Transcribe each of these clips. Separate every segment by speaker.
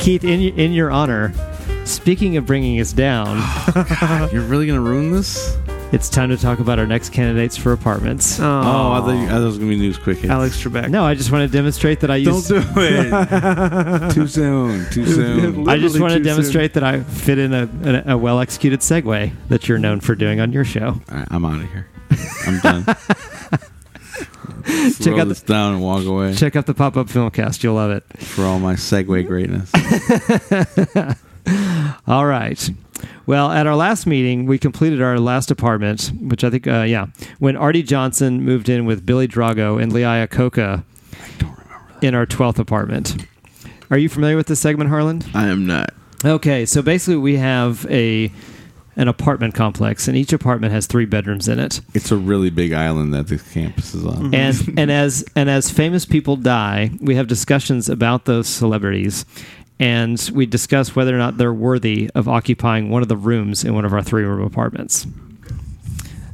Speaker 1: Keith, in y- in your honor, speaking of bringing us down,
Speaker 2: You're really gonna ruin this?
Speaker 1: it's time to talk about our next candidates for apartments.
Speaker 3: Oh,
Speaker 2: Oh, I thought, you, I thought it was gonna be news quick. hits.
Speaker 3: Alex Trebek.
Speaker 1: No, I just want to demonstrate that I
Speaker 2: don't
Speaker 1: used.
Speaker 2: do it. too soon. Too soon.
Speaker 1: I just want to
Speaker 3: Literally too soon.
Speaker 1: demonstrate that I fit in a, an- a well executed segue that you're known for doing on your show.
Speaker 2: All right, I'm out of here. I'm done. Throw
Speaker 1: out the-
Speaker 2: this down and walk away
Speaker 1: Check out the pop up filmcast, you'll love it.
Speaker 2: for all my segue greatness.
Speaker 1: All right. Well, at our last meeting, we completed our last apartment, which I think, uh, yeah, when Artie Johnson moved in with Billy Drago and Leia Coca in our 12th apartment. Are you familiar with this segment, Harlan?
Speaker 2: I am not.
Speaker 1: Okay, so basically, we have a an apartment complex, and each apartment has three bedrooms in it.
Speaker 2: It's a really big island that this campus is on.
Speaker 1: and and as and as famous people die, we have discussions about those celebrities, and we discuss whether or not they're worthy of occupying one of the rooms in one of our three room apartments.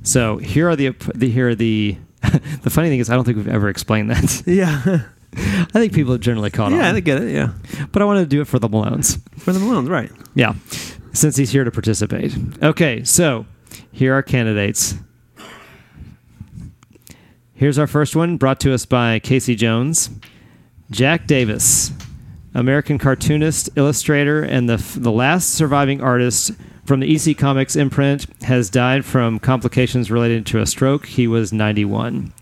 Speaker 1: So here are the, ap- the here are the the funny thing is I don't think we've ever explained that.
Speaker 3: Yeah.
Speaker 1: I think people have generally caught
Speaker 3: yeah,
Speaker 1: on,
Speaker 3: I get it. Yeah.
Speaker 1: but I wanted to do it for the Malones.
Speaker 3: For the Malones, right.
Speaker 1: Yeah, since he's here to participate. Okay, so here are candidates. Here's our first one, brought to us by Casey Jones. Jack Davis, American cartoonist, illustrator, and the, the last surviving artist from the EC Comics imprint, has died from complications related to a stroke. He was 91.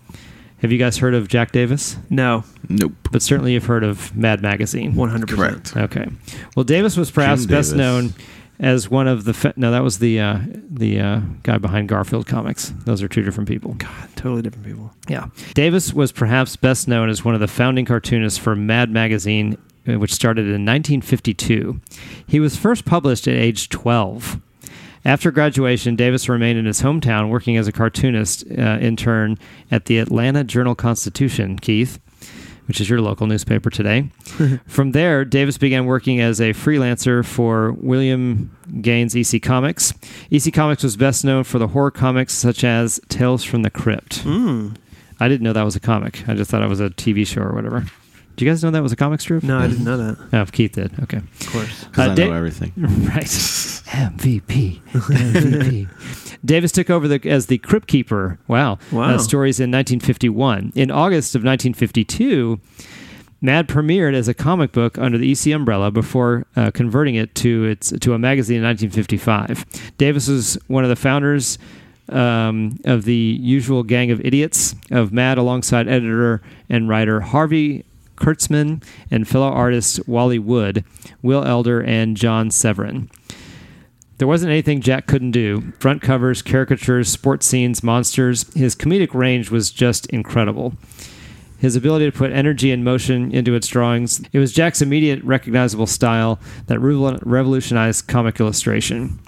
Speaker 1: Have you guys heard of Jack Davis?
Speaker 3: No,
Speaker 2: Nope.
Speaker 1: But certainly you've heard of Mad Magazine.
Speaker 3: 100%.
Speaker 1: Okay. Well, Davis was perhaps
Speaker 2: Jim
Speaker 1: best
Speaker 2: Davis.
Speaker 1: known as one of the fa- no, that was the uh, the uh, guy behind Garfield comics. Those are two different people.
Speaker 3: Totally different people.
Speaker 1: Yeah. Davis was perhaps best known as one of the founding cartoonists for Mad Magazine, uh, which started in 1952. He was first published at age 12. After graduation, Davis remained in his hometown working as a cartoonist uh, intern at the Atlanta Journal Constitution, Keith, which is your local newspaper today. From there, Davis began working as a freelancer for William Gaines EC Comics. EC Comics was best known for the horror comics such as Tales from the Crypt.
Speaker 3: Mm.
Speaker 1: I didn't know that was a comic. I just thought it was a TV show or whatever. Do you guys know that was a comic strip?
Speaker 3: No, I didn't know that.
Speaker 1: Oh, Keith did. Okay.
Speaker 3: Of course.
Speaker 2: Because
Speaker 1: Uh,
Speaker 2: I
Speaker 1: Da-
Speaker 2: know everything.
Speaker 1: Right. MVP. MVP. Davis took over the, as the Crypt Keeper. Wow.
Speaker 3: Wow.
Speaker 1: Uh, stories in 1951. In August of 1952, Mad premiered as a comic book under the EC umbrella before uh, converting it to its to a magazine in 1955. Davis was one of the founders um, of the usual gang of idiots of Mad, alongside editor and writer Harvey Kurtzman and fellow artists Wally Wood, Will Elder, and John Severin. There wasn't anything Jack couldn't do. Front covers, caricatures, sports scenes, monsters. His comedic range was just incredible. His ability to put energy and motion into its drawings. It was Jack's immediate recognizable style that revol- revolutionized comic illustration.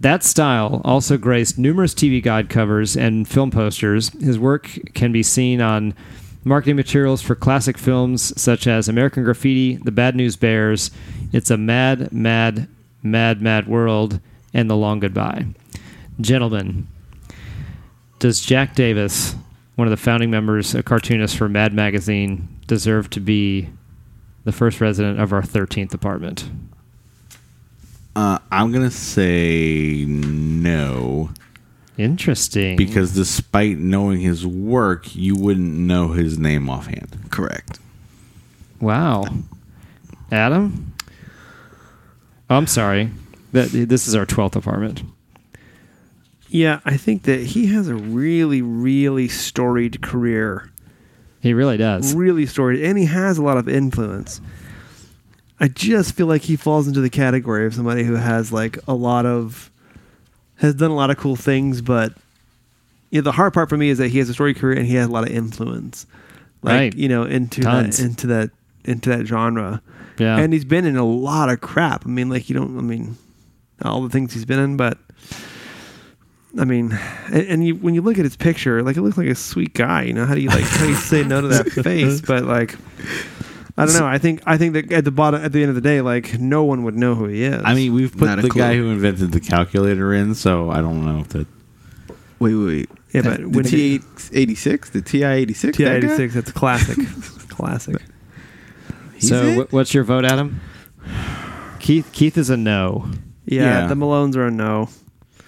Speaker 1: That style also graced numerous TV guide covers and film posters. His work can be seen on marketing materials for classic films such as American Graffiti, The Bad News Bears, It's a Mad, Mad, Mad, Mad World, and The Long Goodbye. Gentlemen, does Jack Davis, one of the founding members, a cartoonist for Mad Magazine, deserve to be the first resident of our 13th apartment?
Speaker 2: Uh, I'm gonna say no
Speaker 1: Interesting.
Speaker 2: because despite knowing his work, you wouldn't know his name offhand.
Speaker 4: Correct.
Speaker 1: Wow. Adam? Oh, I'm sorry. That, this is our 12th apartment.
Speaker 3: Yeah, I think that he has a really, really storied career.
Speaker 1: He really does.
Speaker 3: Really storied. And he has a lot of influence. I just feel like he falls into the category of somebody who has like a lot of, has done a lot of cool things, but you know, the hard part for me is that he has a storied career and he has a lot of influence. Like,
Speaker 1: Right.
Speaker 3: you know, into
Speaker 1: Tons.
Speaker 3: that, into that, into that genre.
Speaker 1: Yeah.
Speaker 3: And he's been in a lot of crap. I mean, like you don't. I mean, all the things he's been in, but I mean, and, and you when you look at his picture, like it looks like a sweet guy. You know, how do you like how do you say no to that face? But like, I don't know. I think I think that at the bottom, at the end of the day, like no one would know who he is.
Speaker 2: I mean, we've put
Speaker 4: Not a
Speaker 2: the
Speaker 4: clue.
Speaker 2: guy who invented the calculator in, so I don't know if that.
Speaker 4: Wait, wait, wait.
Speaker 3: Yeah, but
Speaker 4: the
Speaker 3: when he-
Speaker 4: T eighty six, the TI eighty six,
Speaker 3: T eighty six. That's a classic. classic.
Speaker 1: so, wh- what's your vote, Adam? Keith Keith is a no.
Speaker 3: Yeah,
Speaker 2: Yeah.
Speaker 3: the Malones are a no.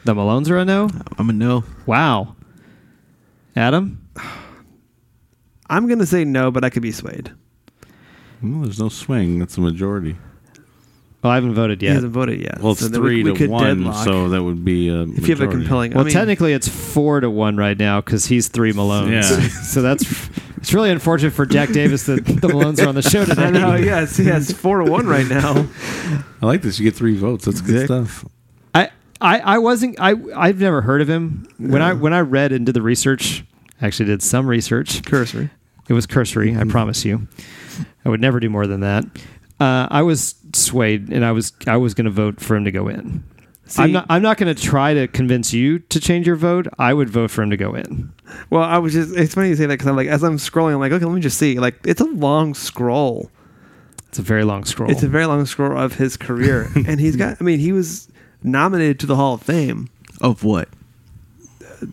Speaker 1: The Malones are a no.
Speaker 4: I'm a no.
Speaker 1: Wow. Adam,
Speaker 3: I'm gonna say no, but I could be swayed.
Speaker 2: Well, there's no swing. That's the majority.
Speaker 1: well, I haven't voted
Speaker 3: He
Speaker 1: yet.
Speaker 3: hasn't voted yet.
Speaker 2: Well, it's
Speaker 3: so then
Speaker 2: three
Speaker 3: we, we
Speaker 2: to
Speaker 3: could
Speaker 2: one,
Speaker 3: deadlock.
Speaker 2: so that would be a
Speaker 3: if you have a
Speaker 2: majority.
Speaker 3: compelling,
Speaker 1: well,
Speaker 3: I mean,
Speaker 1: technically, it's four to one right now because he's three Malones.
Speaker 2: Yeah.
Speaker 1: so that's it's really unfortunate for Jack Davis that the Malones are on the show today.
Speaker 3: I know. Yes, yes, four to one right now.
Speaker 2: I like this. You get three votes. That's good
Speaker 4: Exact-
Speaker 2: stuff.
Speaker 1: I, I I wasn't I I've never heard of him. When I when I read and did the research, I actually did some research.
Speaker 3: Cursory.
Speaker 1: It was cursory,
Speaker 3: Mm-hmm.
Speaker 1: I promise you. I would never do more than that. Uh, I was swayed, and I was I was going to vote for him to go in.
Speaker 3: See,
Speaker 1: I'm not I'm not going to try to convince you to change your vote. I would vote for him to go in.
Speaker 3: well, I was just. It's funny you say that because I'm like, as I'm scrolling, I'm like, okay, let me just see. Like, it's a long scroll.
Speaker 1: It's a very long scroll.
Speaker 3: It's a very long scroll of his career, and he's got. I mean, he was nominated to the Hall of Fame.
Speaker 4: Of what?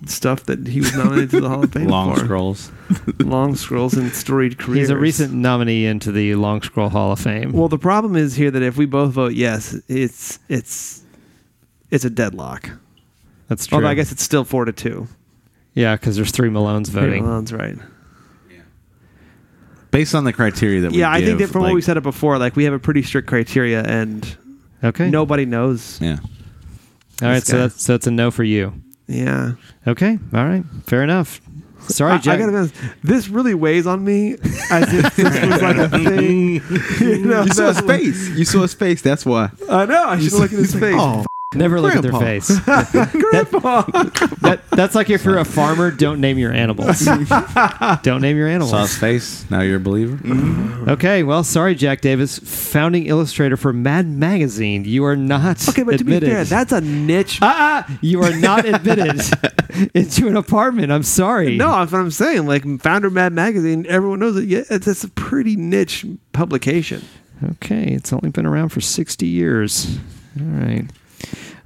Speaker 3: Stuff that he was nominated to the Hall of Fame
Speaker 2: Long
Speaker 3: for.
Speaker 2: scrolls.
Speaker 3: Long scrolls and storied careers.
Speaker 1: He's a recent nominee into the Long Scroll Hall of Fame.
Speaker 3: Well, the problem is here that if we both vote yes, it's it's it's a deadlock.
Speaker 1: That's true.
Speaker 3: Although I guess it's still four to two.
Speaker 1: yeah, because there's three Malones voting.
Speaker 3: That's right.
Speaker 2: Based on the criteria that we
Speaker 3: yeah, I think
Speaker 2: give,
Speaker 3: that from
Speaker 2: like-
Speaker 3: what we said it before, like we have a pretty strict criteria, and
Speaker 1: Okay.
Speaker 3: nobody knows.
Speaker 2: Yeah.
Speaker 1: All right.
Speaker 3: this
Speaker 1: So
Speaker 3: guy.
Speaker 1: that's so that's a no for you.
Speaker 3: Yeah.
Speaker 1: Okay. All right. Fair enough. Sorry,
Speaker 3: I- I,
Speaker 1: Jack.
Speaker 3: gotta be honest, this really weighs on me as if this was like a thing. You know,
Speaker 4: You saw his
Speaker 3: that-
Speaker 4: face. You saw his face. That's why.
Speaker 3: I know. I should look at his face.
Speaker 4: Oh,
Speaker 1: Never look at their
Speaker 4: Grandpa.
Speaker 1: face. That, that's like if you're a farmer, don't name your animals. don't name your
Speaker 2: Saw his
Speaker 1: animals.
Speaker 2: face. Now you're a believer.
Speaker 3: Mm-hmm.
Speaker 1: Okay. Well, sorry, Jack Davis, founding illustrator for Mad Magazine. You are not
Speaker 3: Okay, but to be
Speaker 1: admitted.
Speaker 3: fair, that's a niche.
Speaker 1: Ah, ah, you are not admitted into an apartment. I'm sorry.
Speaker 3: No, that's what I'm saying. Like founder of Mad Magazine, everyone knows it. Yeah, it's, it's a pretty niche publication.
Speaker 1: Okay, it's only been around for 60 years. All right.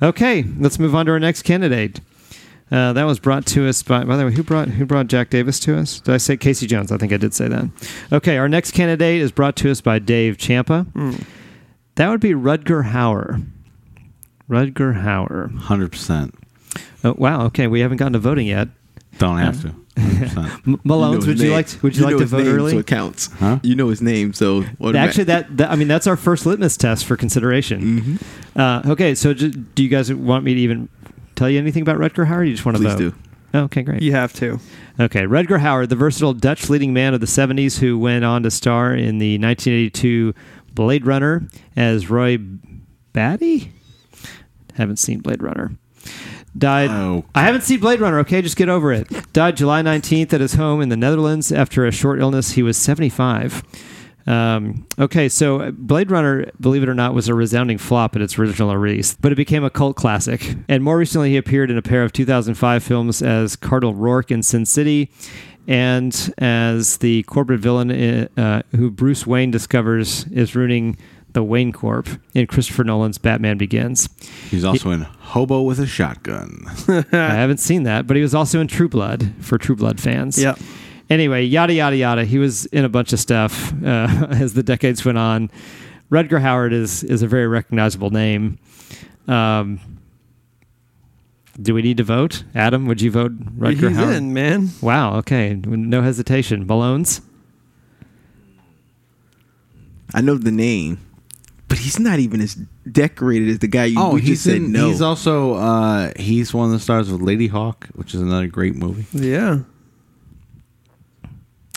Speaker 1: Okay, let's move on to our next candidate. Uh, that was brought to us by. By the way, who brought who brought Jack Davis to us? Did I say Casey Jones? I think I did say that. Okay, our next candidate is brought to us by Dave Champa. That would be Rudger Hauer. Rudger Hauer.
Speaker 2: Hundred percent.
Speaker 1: Oh, wow. Okay, we haven't gotten to voting yet.
Speaker 2: Don't have to. 100%.
Speaker 1: M- Malones, would you like to, would you, like to vote early?
Speaker 4: So it counts.
Speaker 2: Huh?
Speaker 4: You know his name, so
Speaker 1: Actually, that, that I mean, that's our first litmus test for consideration. Uh, okay, so ju- do you guys want me to even tell you anything about Rutger Hauer? or You just want to
Speaker 4: Please
Speaker 1: vote?
Speaker 4: do.
Speaker 1: do. Okay, great.
Speaker 3: You have to.
Speaker 1: Okay, Rutger Hauer, the versatile Dutch leading man of the '70s, who went on to star in the 1982 Blade Runner as Roy Batty. Haven't seen Blade Runner. Died.
Speaker 2: Oh.
Speaker 1: I haven't seen Blade Runner. Okay, just get over it. Died July 19th at his home in the Netherlands after a short illness. He was 75. Um, okay, so Blade Runner, believe it or not, was a resounding flop at its original release, but it became a cult classic. And more recently, he appeared in a pair of 2005 films as Cardinal Rourke in Sin City and as the corporate villain uh, who Bruce Wayne discovers is ruining the Wayne Corp in Christopher Nolan's Batman Begins.
Speaker 2: He's also in Hobo with a Shotgun.
Speaker 1: I haven't seen that, but he was also in True Blood for True Blood fans.
Speaker 3: Yeah.
Speaker 1: Anyway, yada yada yada. He was in a bunch of stuff uh, as the decades went on. Rudger Howard is is a very recognizable name. Um, do we need to vote, Adam? Would you vote Rudger
Speaker 3: He's
Speaker 1: Howard?
Speaker 3: in, man.
Speaker 1: Wow. Okay. No hesitation. Malone's.
Speaker 4: I know the name, but he's not even as decorated as the guy you
Speaker 2: Oh,
Speaker 4: we just
Speaker 2: he's
Speaker 4: said
Speaker 2: in.
Speaker 4: no.
Speaker 2: He's also. Uh, he's one of the stars of Lady Hawk, which is another great movie.
Speaker 3: Yeah.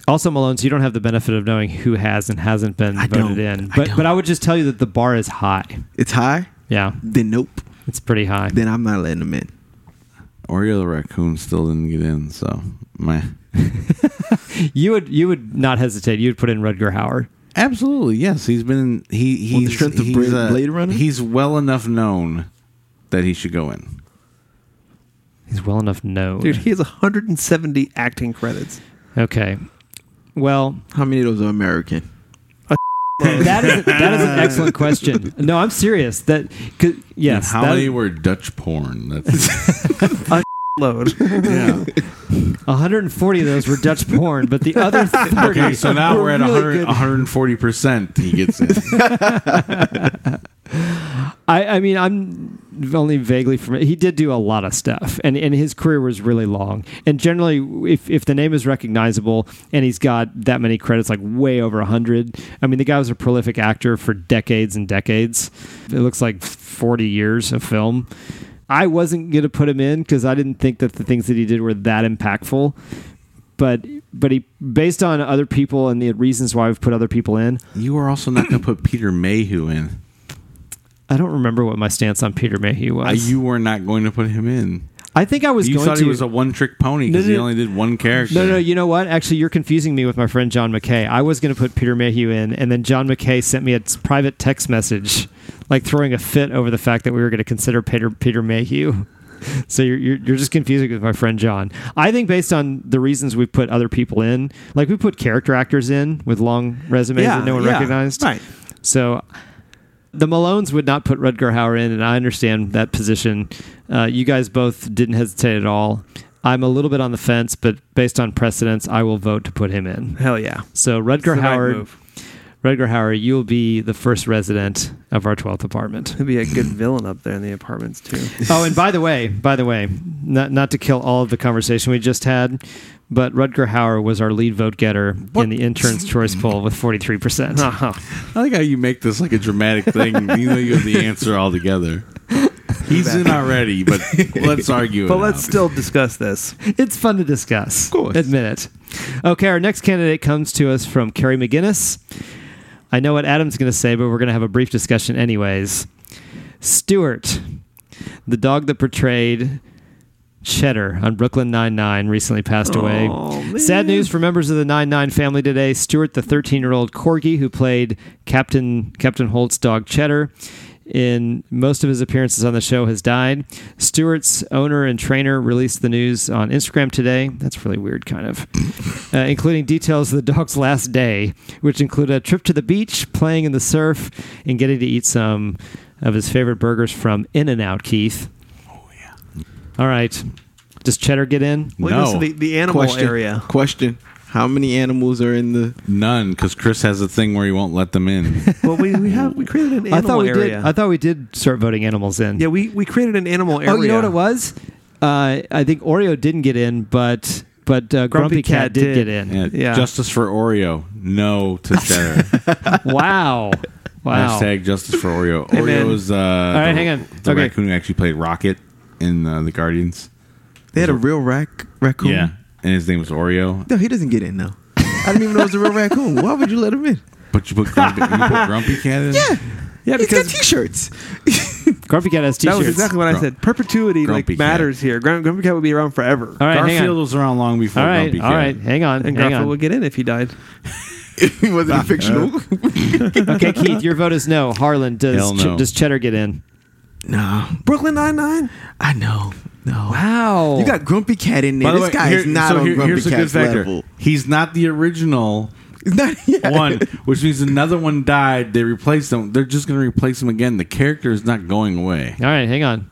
Speaker 1: Also, Malone's. You don't have the benefit of knowing who has and hasn't been
Speaker 4: I
Speaker 1: voted
Speaker 4: don't.
Speaker 1: in.
Speaker 4: I
Speaker 1: But
Speaker 4: don't.
Speaker 1: but I would just tell you that the bar is high.
Speaker 4: it's high.
Speaker 1: Yeah,
Speaker 4: Then nope.
Speaker 1: it's pretty high.
Speaker 4: Then I'm not letting him in.
Speaker 2: Oreo the raccoon still didn't get in, so meh.
Speaker 1: You would you would not hesitate. You'd put in Rudger Hauer.
Speaker 2: Absolutely, yes. He's been in, he he's
Speaker 4: the strength of
Speaker 2: he's
Speaker 4: Blade-
Speaker 2: a-
Speaker 4: Blade Runner?
Speaker 2: He's well enough known that he should go in.
Speaker 1: He's well enough known.
Speaker 3: Dude, he has 170 acting credits.
Speaker 1: Okay. Well,
Speaker 4: How many of those are American?
Speaker 1: that is that is an excellent question. No, I'm serious. That 'cause- yes,
Speaker 2: And how
Speaker 1: that-
Speaker 2: many were Dutch porn? That's
Speaker 3: Load.
Speaker 2: yeah.
Speaker 1: 140 of those were Dutch porn, but the other 30.
Speaker 2: Okay, so now
Speaker 1: were
Speaker 2: we're at
Speaker 1: really
Speaker 2: 100,
Speaker 1: good.
Speaker 2: 140 percent. He gets in.
Speaker 1: I, I mean, I'm only vaguely familiar. He did do a lot of stuff, and, and his career was really long. And generally, if, if the name is recognizable and he's got that many credits, like way over 100, I mean, the guy was a prolific actor for decades and decades. It looks like 40 years of film. I wasn't going to put him in because I didn't think that the things that he did were that impactful. But but he based on other people and the reasons why we've put other people in.
Speaker 2: You are also not going to put Peter Mayhew in.
Speaker 1: I don't remember what my stance on Peter Mayhew
Speaker 2: Uh,
Speaker 1: was.
Speaker 2: you were not going to put him in.
Speaker 1: I think I was
Speaker 2: You
Speaker 1: going
Speaker 2: thought
Speaker 1: to.
Speaker 2: he was a one-trick pony because
Speaker 1: No,
Speaker 2: he
Speaker 1: no.
Speaker 2: only did one character.
Speaker 1: no, no, you know what? Actually, you're confusing me with my friend John McKay. I was going to put Peter Mayhew in, and then John McKay sent me a s- private text message, like throwing a fit over the fact that we were going to consider Peter Peter Mayhew. So you're, you're you're just confusing with my friend John. I think based on the reasons we've put other people in, like we put character actors in with long resumes that no one
Speaker 4: yeah,
Speaker 1: recognized.
Speaker 4: Right.
Speaker 1: So the Malones would not put Rudger Hauer in, and I understand that position. Uh, you guys both didn't hesitate at all. I'm a little bit on the fence, but based on precedence, I will vote to put him in.
Speaker 3: Hell yeah.
Speaker 1: So
Speaker 3: It's the
Speaker 1: Rudger
Speaker 3: right
Speaker 1: Howard,
Speaker 3: move.
Speaker 1: Rudger Hauer, you'll be the first resident of our 12th apartment.
Speaker 3: He'll be a good villain up there in the apartments too.
Speaker 1: oh, and by the way, by the way, not not to kill all of the conversation we just had, but Rudger Hauer was our lead vote getter in the interns' choice poll with 43%.
Speaker 2: I like how you make this like a dramatic thing. you know, you have the answer altogether. He's in already, but let's argue.
Speaker 3: But
Speaker 2: it
Speaker 3: let's
Speaker 2: out.
Speaker 3: still discuss this.
Speaker 1: it's fun to discuss. Of
Speaker 2: course.
Speaker 1: Admit it. Okay, our next candidate comes to us from Kerry McGinnis. I know what Adam's going to say, but we're going to have a brief discussion, anyways. Stuart, the dog that portrayed Cheddar on Brooklyn Nine-Nine, recently passed away.
Speaker 3: man.
Speaker 1: Sad news for members of the Nine-Nine family today. Stuart, the 13-year-old corgi who played Captain Captain Holt's dog Cheddar, in most of his appearances on the show has died. Stewart's owner and trainer released the news on Instagram today. That's really weird, kind of, uh, including details of the dog's last day, which include a trip to the beach, playing in the surf, and getting to eat some of his favorite burgers from In and Out, Keith. All right. Does cheddar get in?
Speaker 3: Well,
Speaker 2: No.
Speaker 3: listen, the, the animal
Speaker 4: Question.
Speaker 3: area.
Speaker 4: Question. How many animals are in the?
Speaker 2: None, because Chris has a thing where he won't let them in.
Speaker 3: Well, we, we have we created an animal
Speaker 1: I thought we
Speaker 3: area.
Speaker 1: did. I thought we did start voting animals in.
Speaker 3: yeah, we, we created an animal area.
Speaker 1: oh, you know what it was? Uh, I think Oreo didn't get in, but but uh, Grumpy, Cat, did, get in.
Speaker 2: Yeah,
Speaker 3: Yeah.
Speaker 2: Justice for Oreo. No to cheddar.
Speaker 1: Wow. Wow.
Speaker 2: Hashtag justice for Oreo.
Speaker 3: Hey, man.
Speaker 2: Oreo's. Uh,
Speaker 1: All right, hang on.
Speaker 2: The
Speaker 1: Okay.
Speaker 2: raccoon who actually played Rocket in uh, the Guardians.
Speaker 4: They had a real rac- raccoon.
Speaker 2: and his name was Oreo.
Speaker 4: No, he doesn't get in though. I didn't even know it was a real raccoon. Why would you let him in?
Speaker 2: But you put Grumpy, you put Grumpy Cat in.
Speaker 4: Yeah.
Speaker 3: Yeah,
Speaker 4: He's got
Speaker 3: because
Speaker 4: t-shirts.
Speaker 1: Grumpy Cat has
Speaker 3: that
Speaker 1: t-shirts.
Speaker 3: was exactly what I
Speaker 2: Grum-
Speaker 3: said. Perpetuity
Speaker 2: Grumpy Cat.
Speaker 3: like matters here. Grum- Grumpy Cat would be around forever.
Speaker 1: All right, hang
Speaker 2: Garfield
Speaker 1: on.
Speaker 2: was around long before
Speaker 1: All right,
Speaker 2: Grumpy Cat.
Speaker 1: all right, hang on,
Speaker 3: And
Speaker 1: hang
Speaker 3: Garfield
Speaker 1: on.
Speaker 3: would get in if he died.
Speaker 4: he wasn't a fictional.
Speaker 2: Uh,
Speaker 1: Okay, Keith, your vote is no. Harlan, does
Speaker 2: Hell
Speaker 1: Ch-
Speaker 2: no.
Speaker 1: does Cheddar get in?
Speaker 4: no,
Speaker 3: Brooklyn Nine Nine.
Speaker 4: I know. No.
Speaker 1: Wow,
Speaker 4: You got Grumpy Cat in there. This guy is
Speaker 2: here-
Speaker 4: not
Speaker 2: so
Speaker 4: on
Speaker 2: here-
Speaker 4: Grumpy
Speaker 2: here's a good
Speaker 4: Cat's
Speaker 2: factor.
Speaker 4: level.
Speaker 2: He's not the original
Speaker 4: He's not. Yeah.
Speaker 2: one, which means another one died. They replaced him. They're just going to replace him again. The character is not going away.
Speaker 1: All right, hang on.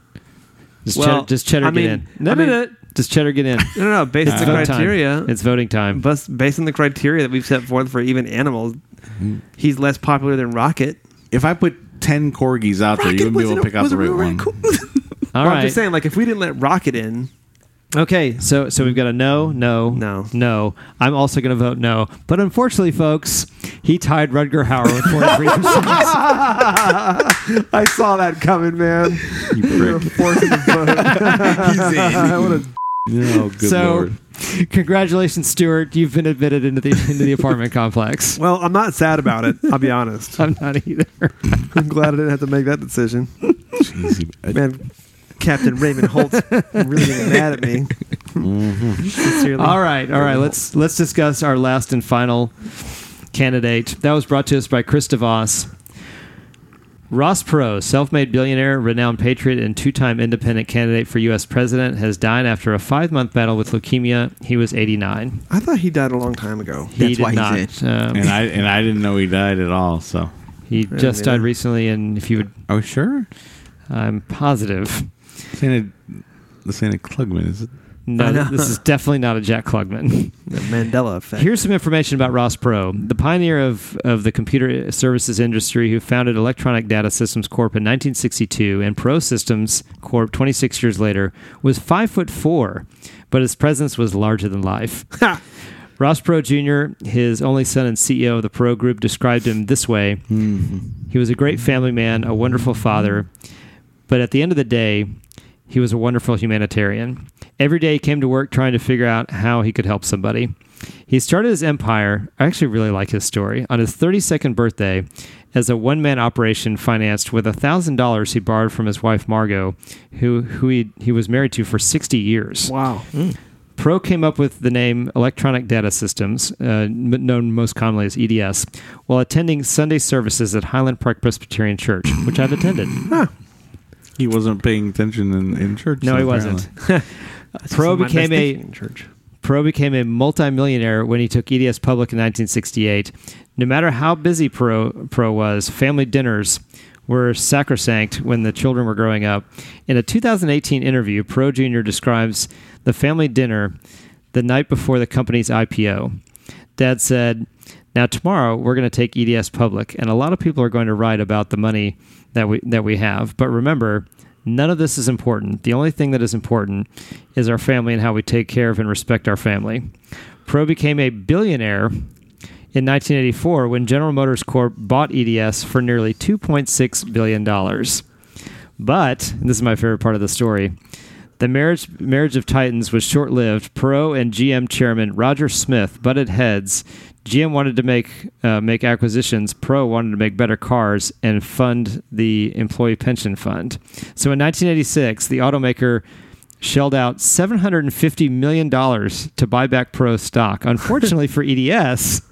Speaker 1: Does,
Speaker 3: Well,
Speaker 1: Cheddar, does Cheddar
Speaker 3: I mean-
Speaker 1: get in? No,
Speaker 3: I
Speaker 1: no,
Speaker 3: mean-
Speaker 1: no. Does Cheddar get in?
Speaker 3: No, no, no. Based on
Speaker 1: It's
Speaker 3: the
Speaker 1: vote
Speaker 3: criteria,
Speaker 1: time. It's voting time.
Speaker 3: bus- based on the criteria that we've set forth for even animals,
Speaker 1: Mm-hmm.
Speaker 3: he's less popular than Rocket.
Speaker 2: If I put ten corgis out there, you wouldn't be able to pick out the right one.
Speaker 1: All
Speaker 3: Well,
Speaker 1: right.
Speaker 3: I'm just saying, like, if we didn't let Rocket in,
Speaker 1: Okay, so so we've got a no, no,
Speaker 3: No.
Speaker 1: no. I'm also going to vote no, but unfortunately, folks, he tied Rudger Hauer with 43. percent
Speaker 3: I saw that coming, man.
Speaker 2: You prick.
Speaker 3: Forcing the vote.
Speaker 2: Oh, good
Speaker 1: So-
Speaker 2: lord.
Speaker 1: Congratulations, Stuart. You've been admitted into the into the apartment complex.
Speaker 3: Well, I'm not sad about it. I'll be honest.
Speaker 1: I'm not either.
Speaker 3: I'm glad I didn't have to make that decision.
Speaker 2: Jeez,
Speaker 3: Man, Captain Raymond Holt's really getting mad at me. Sincerely.
Speaker 1: Mm-hmm. All right, all right. Let's let's discuss our last and final candidate. That was brought to us by Chris DeVos. Ross Perot, self-made billionaire, renowned patriot, and two-time independent candidate for U.S. president, has died after a five-month battle with leukemia. He was 89.
Speaker 3: I thought he died a long time ago.
Speaker 1: He
Speaker 4: That's
Speaker 1: did
Speaker 4: why
Speaker 1: not.
Speaker 4: he's in.
Speaker 1: um,
Speaker 2: and I and I didn't know he died at all. So
Speaker 1: he just
Speaker 3: neither.
Speaker 1: died recently, and if you would,
Speaker 2: are we Oh, sure?
Speaker 1: I'm positive.
Speaker 2: This ain't a, this ain't a Klugman, is it?
Speaker 1: No,
Speaker 3: I know.
Speaker 1: this is definitely not a Jack Klugman.
Speaker 3: The Mandela effect.
Speaker 1: Here's some information about Ross Pro, the pioneer of, of the computer services industry who founded Electronic Data Systems Corp in 1962 and Pro Systems Corp 26 years later, was five foot four, but his presence was larger than life.
Speaker 3: Ha!
Speaker 1: Ross Pro Jr., his only son and CEO of the Pro Group, described him this way
Speaker 2: Hmm.
Speaker 1: He was a great family man, a wonderful father, but at the end of the day, he was a wonderful humanitarian. Every day he came to work trying to figure out how he could help somebody. He started his empire, I actually really like his story, on his 32nd birthday as a one man operation financed with $1,000 he borrowed from his wife, Margot, who, who he, he was married to for 60 years.
Speaker 3: Wow.
Speaker 1: Hmm. Pro came up with the name Electronic Data Systems, uh, m- known most commonly as EDS, while attending Sunday services at Highland Park Presbyterian Church, which I've attended.
Speaker 2: He wasn't paying attention in, in church.
Speaker 1: No,
Speaker 2: then,
Speaker 1: he wasn't.
Speaker 2: apparently.
Speaker 1: Pro became a
Speaker 3: in church.
Speaker 1: Pro became a multimillionaire when he took EDS public in 1968. No matter how busy Pro Pro was, family dinners were sacrosanct when the children were growing up. In a 2018 interview, Pro Jr. describes the family dinner the night before the company's IPO. Dad said, "Now tomorrow we're going to take EDS public, and a lot of people are going to write about the money that we that we have. But remember, none of this is important. The only thing that is important is our family and how we take care of and respect our family." Pro became a billionaire in 1984 when General Motors Corp bought EDS for nearly 2.6 billion dollars. But and this is my favorite part of the story. The marriage marriage of titans was short lived. Pro and GM chairman Roger Smith butted heads. GM wanted to make uh, make acquisitions. Pro wanted to make better cars and fund the employee pension fund. So in 1986, the automaker shelled out 750 million dollars to buy back Pro stock. Unfortunately for E EDS.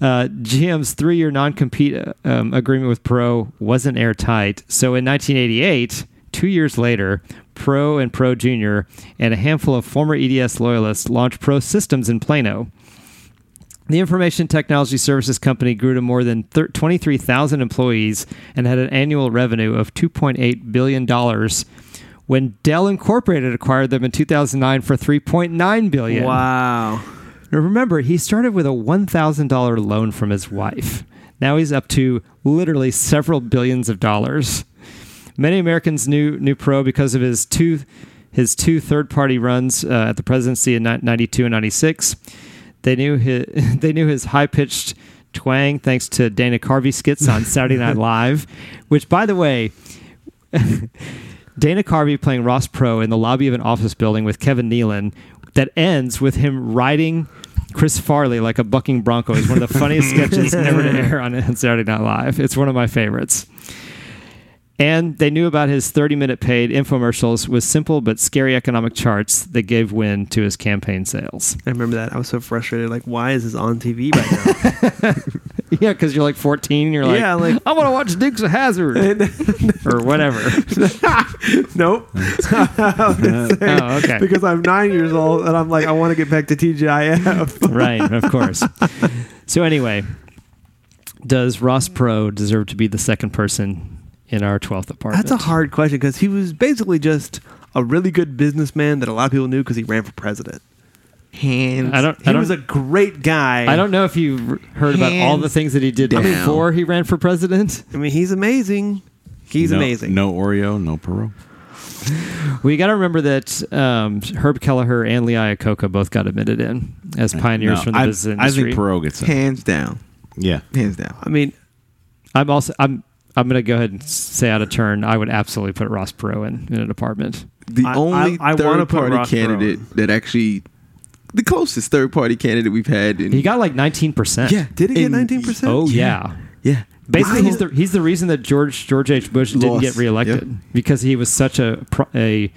Speaker 1: Uh, GM's three year non compete um, agreement with Pro wasn't airtight. So in 1988, two years later, Pro and Pro Jr. and a handful of former EDS loyalists launched Pro Systems in Plano. The information technology services company grew to more than thir- 23,000 employees and had an annual revenue of $2.8 billion when Dell Incorporated acquired them in 2009 for $3.9 billion.
Speaker 3: Wow.
Speaker 1: Now, remember, he started with a $1,000 loan from his wife. Now he's up to literally several billions of dollars. Many Americans knew knew Pro because of his two his two third party runs uh, at the presidency in ni- 92 and 96. They knew his, they knew his high pitched twang thanks to Dana Carvey skits on Saturday Night Live, which by the way, Dana Carvey playing Ross Pro in the lobby of an office building with Kevin Nealon that ends with him riding Chris Farley like a bucking bronco is one of the funniest sketches never to air on Saturday Night Live. It's one of my favorites. And they knew about his 30 minute paid infomercials with simple but scary economic charts that gave wind to his campaign sales.
Speaker 3: I remember that. I was so frustrated. Like, why is this on TV right
Speaker 1: Yeah, because you're like 14 and you're
Speaker 3: now?
Speaker 1: like,
Speaker 3: yeah, like,
Speaker 1: I want to watch Dukes of Hazard or whatever.
Speaker 3: nope.
Speaker 1: Oh, okay.
Speaker 3: because I'm nine years old and I'm like, I want to get back to TGIF.
Speaker 1: right, of course. So anyway, does Ross Pro deserve to be the second person in our twelfth apartment?
Speaker 3: That's a hard question because he was basically just a really good businessman that a lot of people knew because he ran for president.
Speaker 4: Hands.
Speaker 1: I don't.
Speaker 3: He
Speaker 1: I don't,
Speaker 3: was a great guy.
Speaker 1: I don't know if you have heard about all the
Speaker 4: Hands
Speaker 1: things that he did
Speaker 4: down.
Speaker 1: before he ran for president.
Speaker 3: I mean, he's amazing. He's
Speaker 2: No-
Speaker 3: amazing.
Speaker 2: No Oreo, no Perot.
Speaker 1: We got to remember that um, Herb Kelleher and Lee Iacocca both got admitted in as pioneers
Speaker 2: No,
Speaker 1: from the
Speaker 2: I,
Speaker 1: business
Speaker 2: I
Speaker 1: industry.
Speaker 2: think Perot gets it.
Speaker 4: Hands down.
Speaker 2: Yeah.
Speaker 4: Hands down.
Speaker 3: I mean,
Speaker 1: I'm also. I'm. I'm going to go ahead and say out of turn. I would absolutely put Ross Perot in, in an apartment.
Speaker 4: The
Speaker 3: I-
Speaker 4: only
Speaker 3: I- I wanna
Speaker 4: third
Speaker 3: put
Speaker 4: party
Speaker 3: Ross Perot.
Speaker 4: candidate that actually, the closest third party candidate we've had. In,
Speaker 1: He got like 19 percent.
Speaker 4: Mm. yeah.
Speaker 3: did he get
Speaker 4: in-
Speaker 3: 19%?
Speaker 1: Oh yeah.
Speaker 4: Yeah.
Speaker 1: Basically,
Speaker 4: I-
Speaker 1: he's the he's the reason that George George H. Bush didn't
Speaker 4: Lost.
Speaker 1: get reelected
Speaker 4: Yep.
Speaker 1: because he was such a pro- a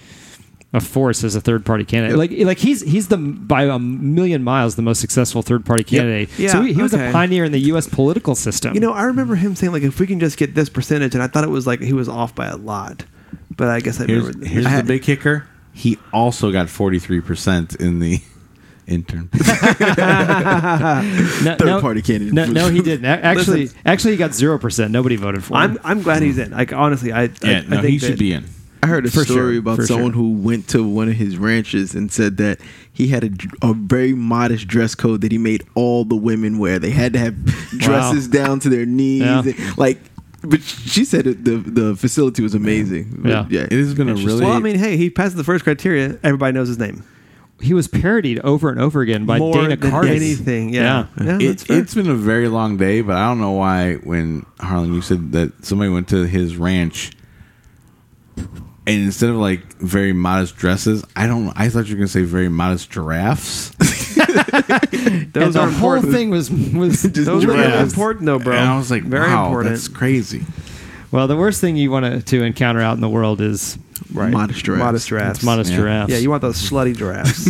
Speaker 1: a force as a third party candidate.
Speaker 4: Yep.
Speaker 1: Like like he's he's the by a million miles the most successful third party candidate.
Speaker 3: Yeah,
Speaker 1: so he, he was a
Speaker 3: okay.
Speaker 1: pioneer in the U.S. political system.
Speaker 3: you know, I remember him saying like, if we can just get this percentage, and I thought it was like he was off by a lot, but I guess I
Speaker 2: Here's,
Speaker 3: remember.
Speaker 2: here's
Speaker 3: I-
Speaker 2: the big kicker. He also got 43% in the intern.
Speaker 1: no,
Speaker 4: third party candidate.
Speaker 1: No, no, he didn't. A- Actually, actually, he got zero percent. Nobody voted for him.
Speaker 3: I'm I'm glad he's in. Like honestly, I I,
Speaker 2: yeah,
Speaker 3: I
Speaker 2: no,
Speaker 3: think
Speaker 2: he should
Speaker 3: that-
Speaker 2: be in.
Speaker 4: I heard a
Speaker 1: For
Speaker 4: story
Speaker 1: sure,
Speaker 4: about
Speaker 1: for
Speaker 4: someone
Speaker 1: sure.
Speaker 4: who went to one of his ranches and said that he had a, d- a very modest dress code that he made all the women wear. They had to have dresses down to their knees,
Speaker 1: Yeah.
Speaker 4: and, like. But she said it, the the facility was amazing.
Speaker 1: Yeah.
Speaker 4: But yeah.
Speaker 2: It has been a really
Speaker 3: Well, I mean, hey, he passes the first criteria. Everybody knows his name.
Speaker 1: He was parodied over and over again by
Speaker 3: More
Speaker 1: Dana
Speaker 3: than
Speaker 1: Carvey.
Speaker 3: anything. Yeah. Yeah, that's
Speaker 2: it,
Speaker 3: fair.
Speaker 2: it's been a very long day, but I don't know why. When Harlan, you said that somebody went to his ranch, and instead of like very modest dresses, I don't. I thought you were gonna say very modest giraffes.
Speaker 1: And
Speaker 3: Those
Speaker 1: the
Speaker 3: are
Speaker 1: whole
Speaker 3: important.
Speaker 1: thing was was
Speaker 3: Those are really
Speaker 2: Giraffes.
Speaker 3: important, though, bro.
Speaker 2: And I was like,
Speaker 3: very
Speaker 2: wow,
Speaker 3: important.
Speaker 2: that's crazy.
Speaker 1: well. The worst thing you want to, to encounter out in the world is
Speaker 3: Right.
Speaker 4: Modest giraffes.
Speaker 3: Modest giraffes.
Speaker 1: it's modest
Speaker 2: Yeah.
Speaker 1: giraffes.
Speaker 3: Yeah, you want those slutty giraffes.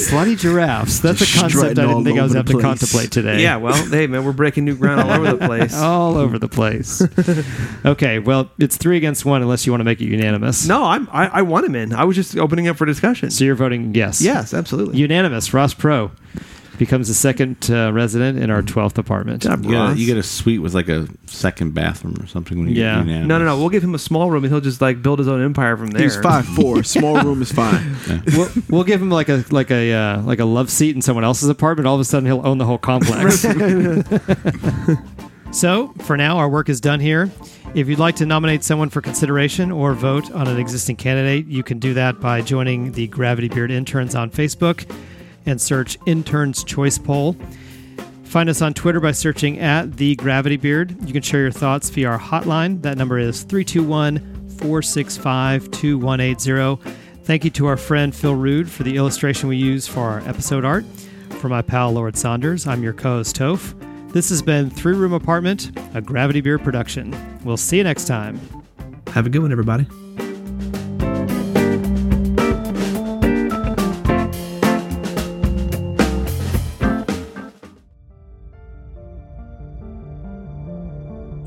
Speaker 1: slutty giraffes. That's
Speaker 4: Just
Speaker 1: a concept I
Speaker 4: strutting
Speaker 1: didn't think
Speaker 4: all
Speaker 1: I was
Speaker 4: over
Speaker 1: have
Speaker 4: the
Speaker 1: to
Speaker 4: place.
Speaker 1: contemplate today.
Speaker 3: yeah, well, hey, man, we're breaking new ground all over the place.
Speaker 1: all over the place. okay, well, it's three against one unless you want to make it unanimous.
Speaker 3: No, I'm, I, I want him in. I was just opening up for discussion.
Speaker 1: So you're voting yes.
Speaker 3: Yes, absolutely.
Speaker 1: Unanimous. Ross Pro becomes the second uh, resident in our 12th apartment.
Speaker 3: Good job,
Speaker 2: You get,
Speaker 3: Ross.
Speaker 2: a, you get a suite with like a second bathroom or something. When you
Speaker 1: Yeah.
Speaker 2: Get unanimous.
Speaker 3: no, no, no. We'll give him a small room and he'll just like build his own empire from there.
Speaker 4: He's five four. Small room is fine.
Speaker 1: We'll, we'll give him like a like a uh, like a love seat in someone else's apartment. All of a sudden, he'll own the whole complex. so for now, our work is done here. If you'd like to nominate someone for consideration or vote on an existing candidate, you can do that by joining the Gravity Beard Interns on Facebook and search Interns Choice Poll. Find us on Twitter by searching at the Gravity Beard. You can share your thoughts via our hotline. That number is 321 465 2180. Thank you to our friend Phil Rude for the illustration we use for our episode art. For my pal Lord Saunders, I'm your co host Toph. This has been Three Room Apartment, a Gravity Beard production. We'll see you next time.
Speaker 3: Have a good one, everybody.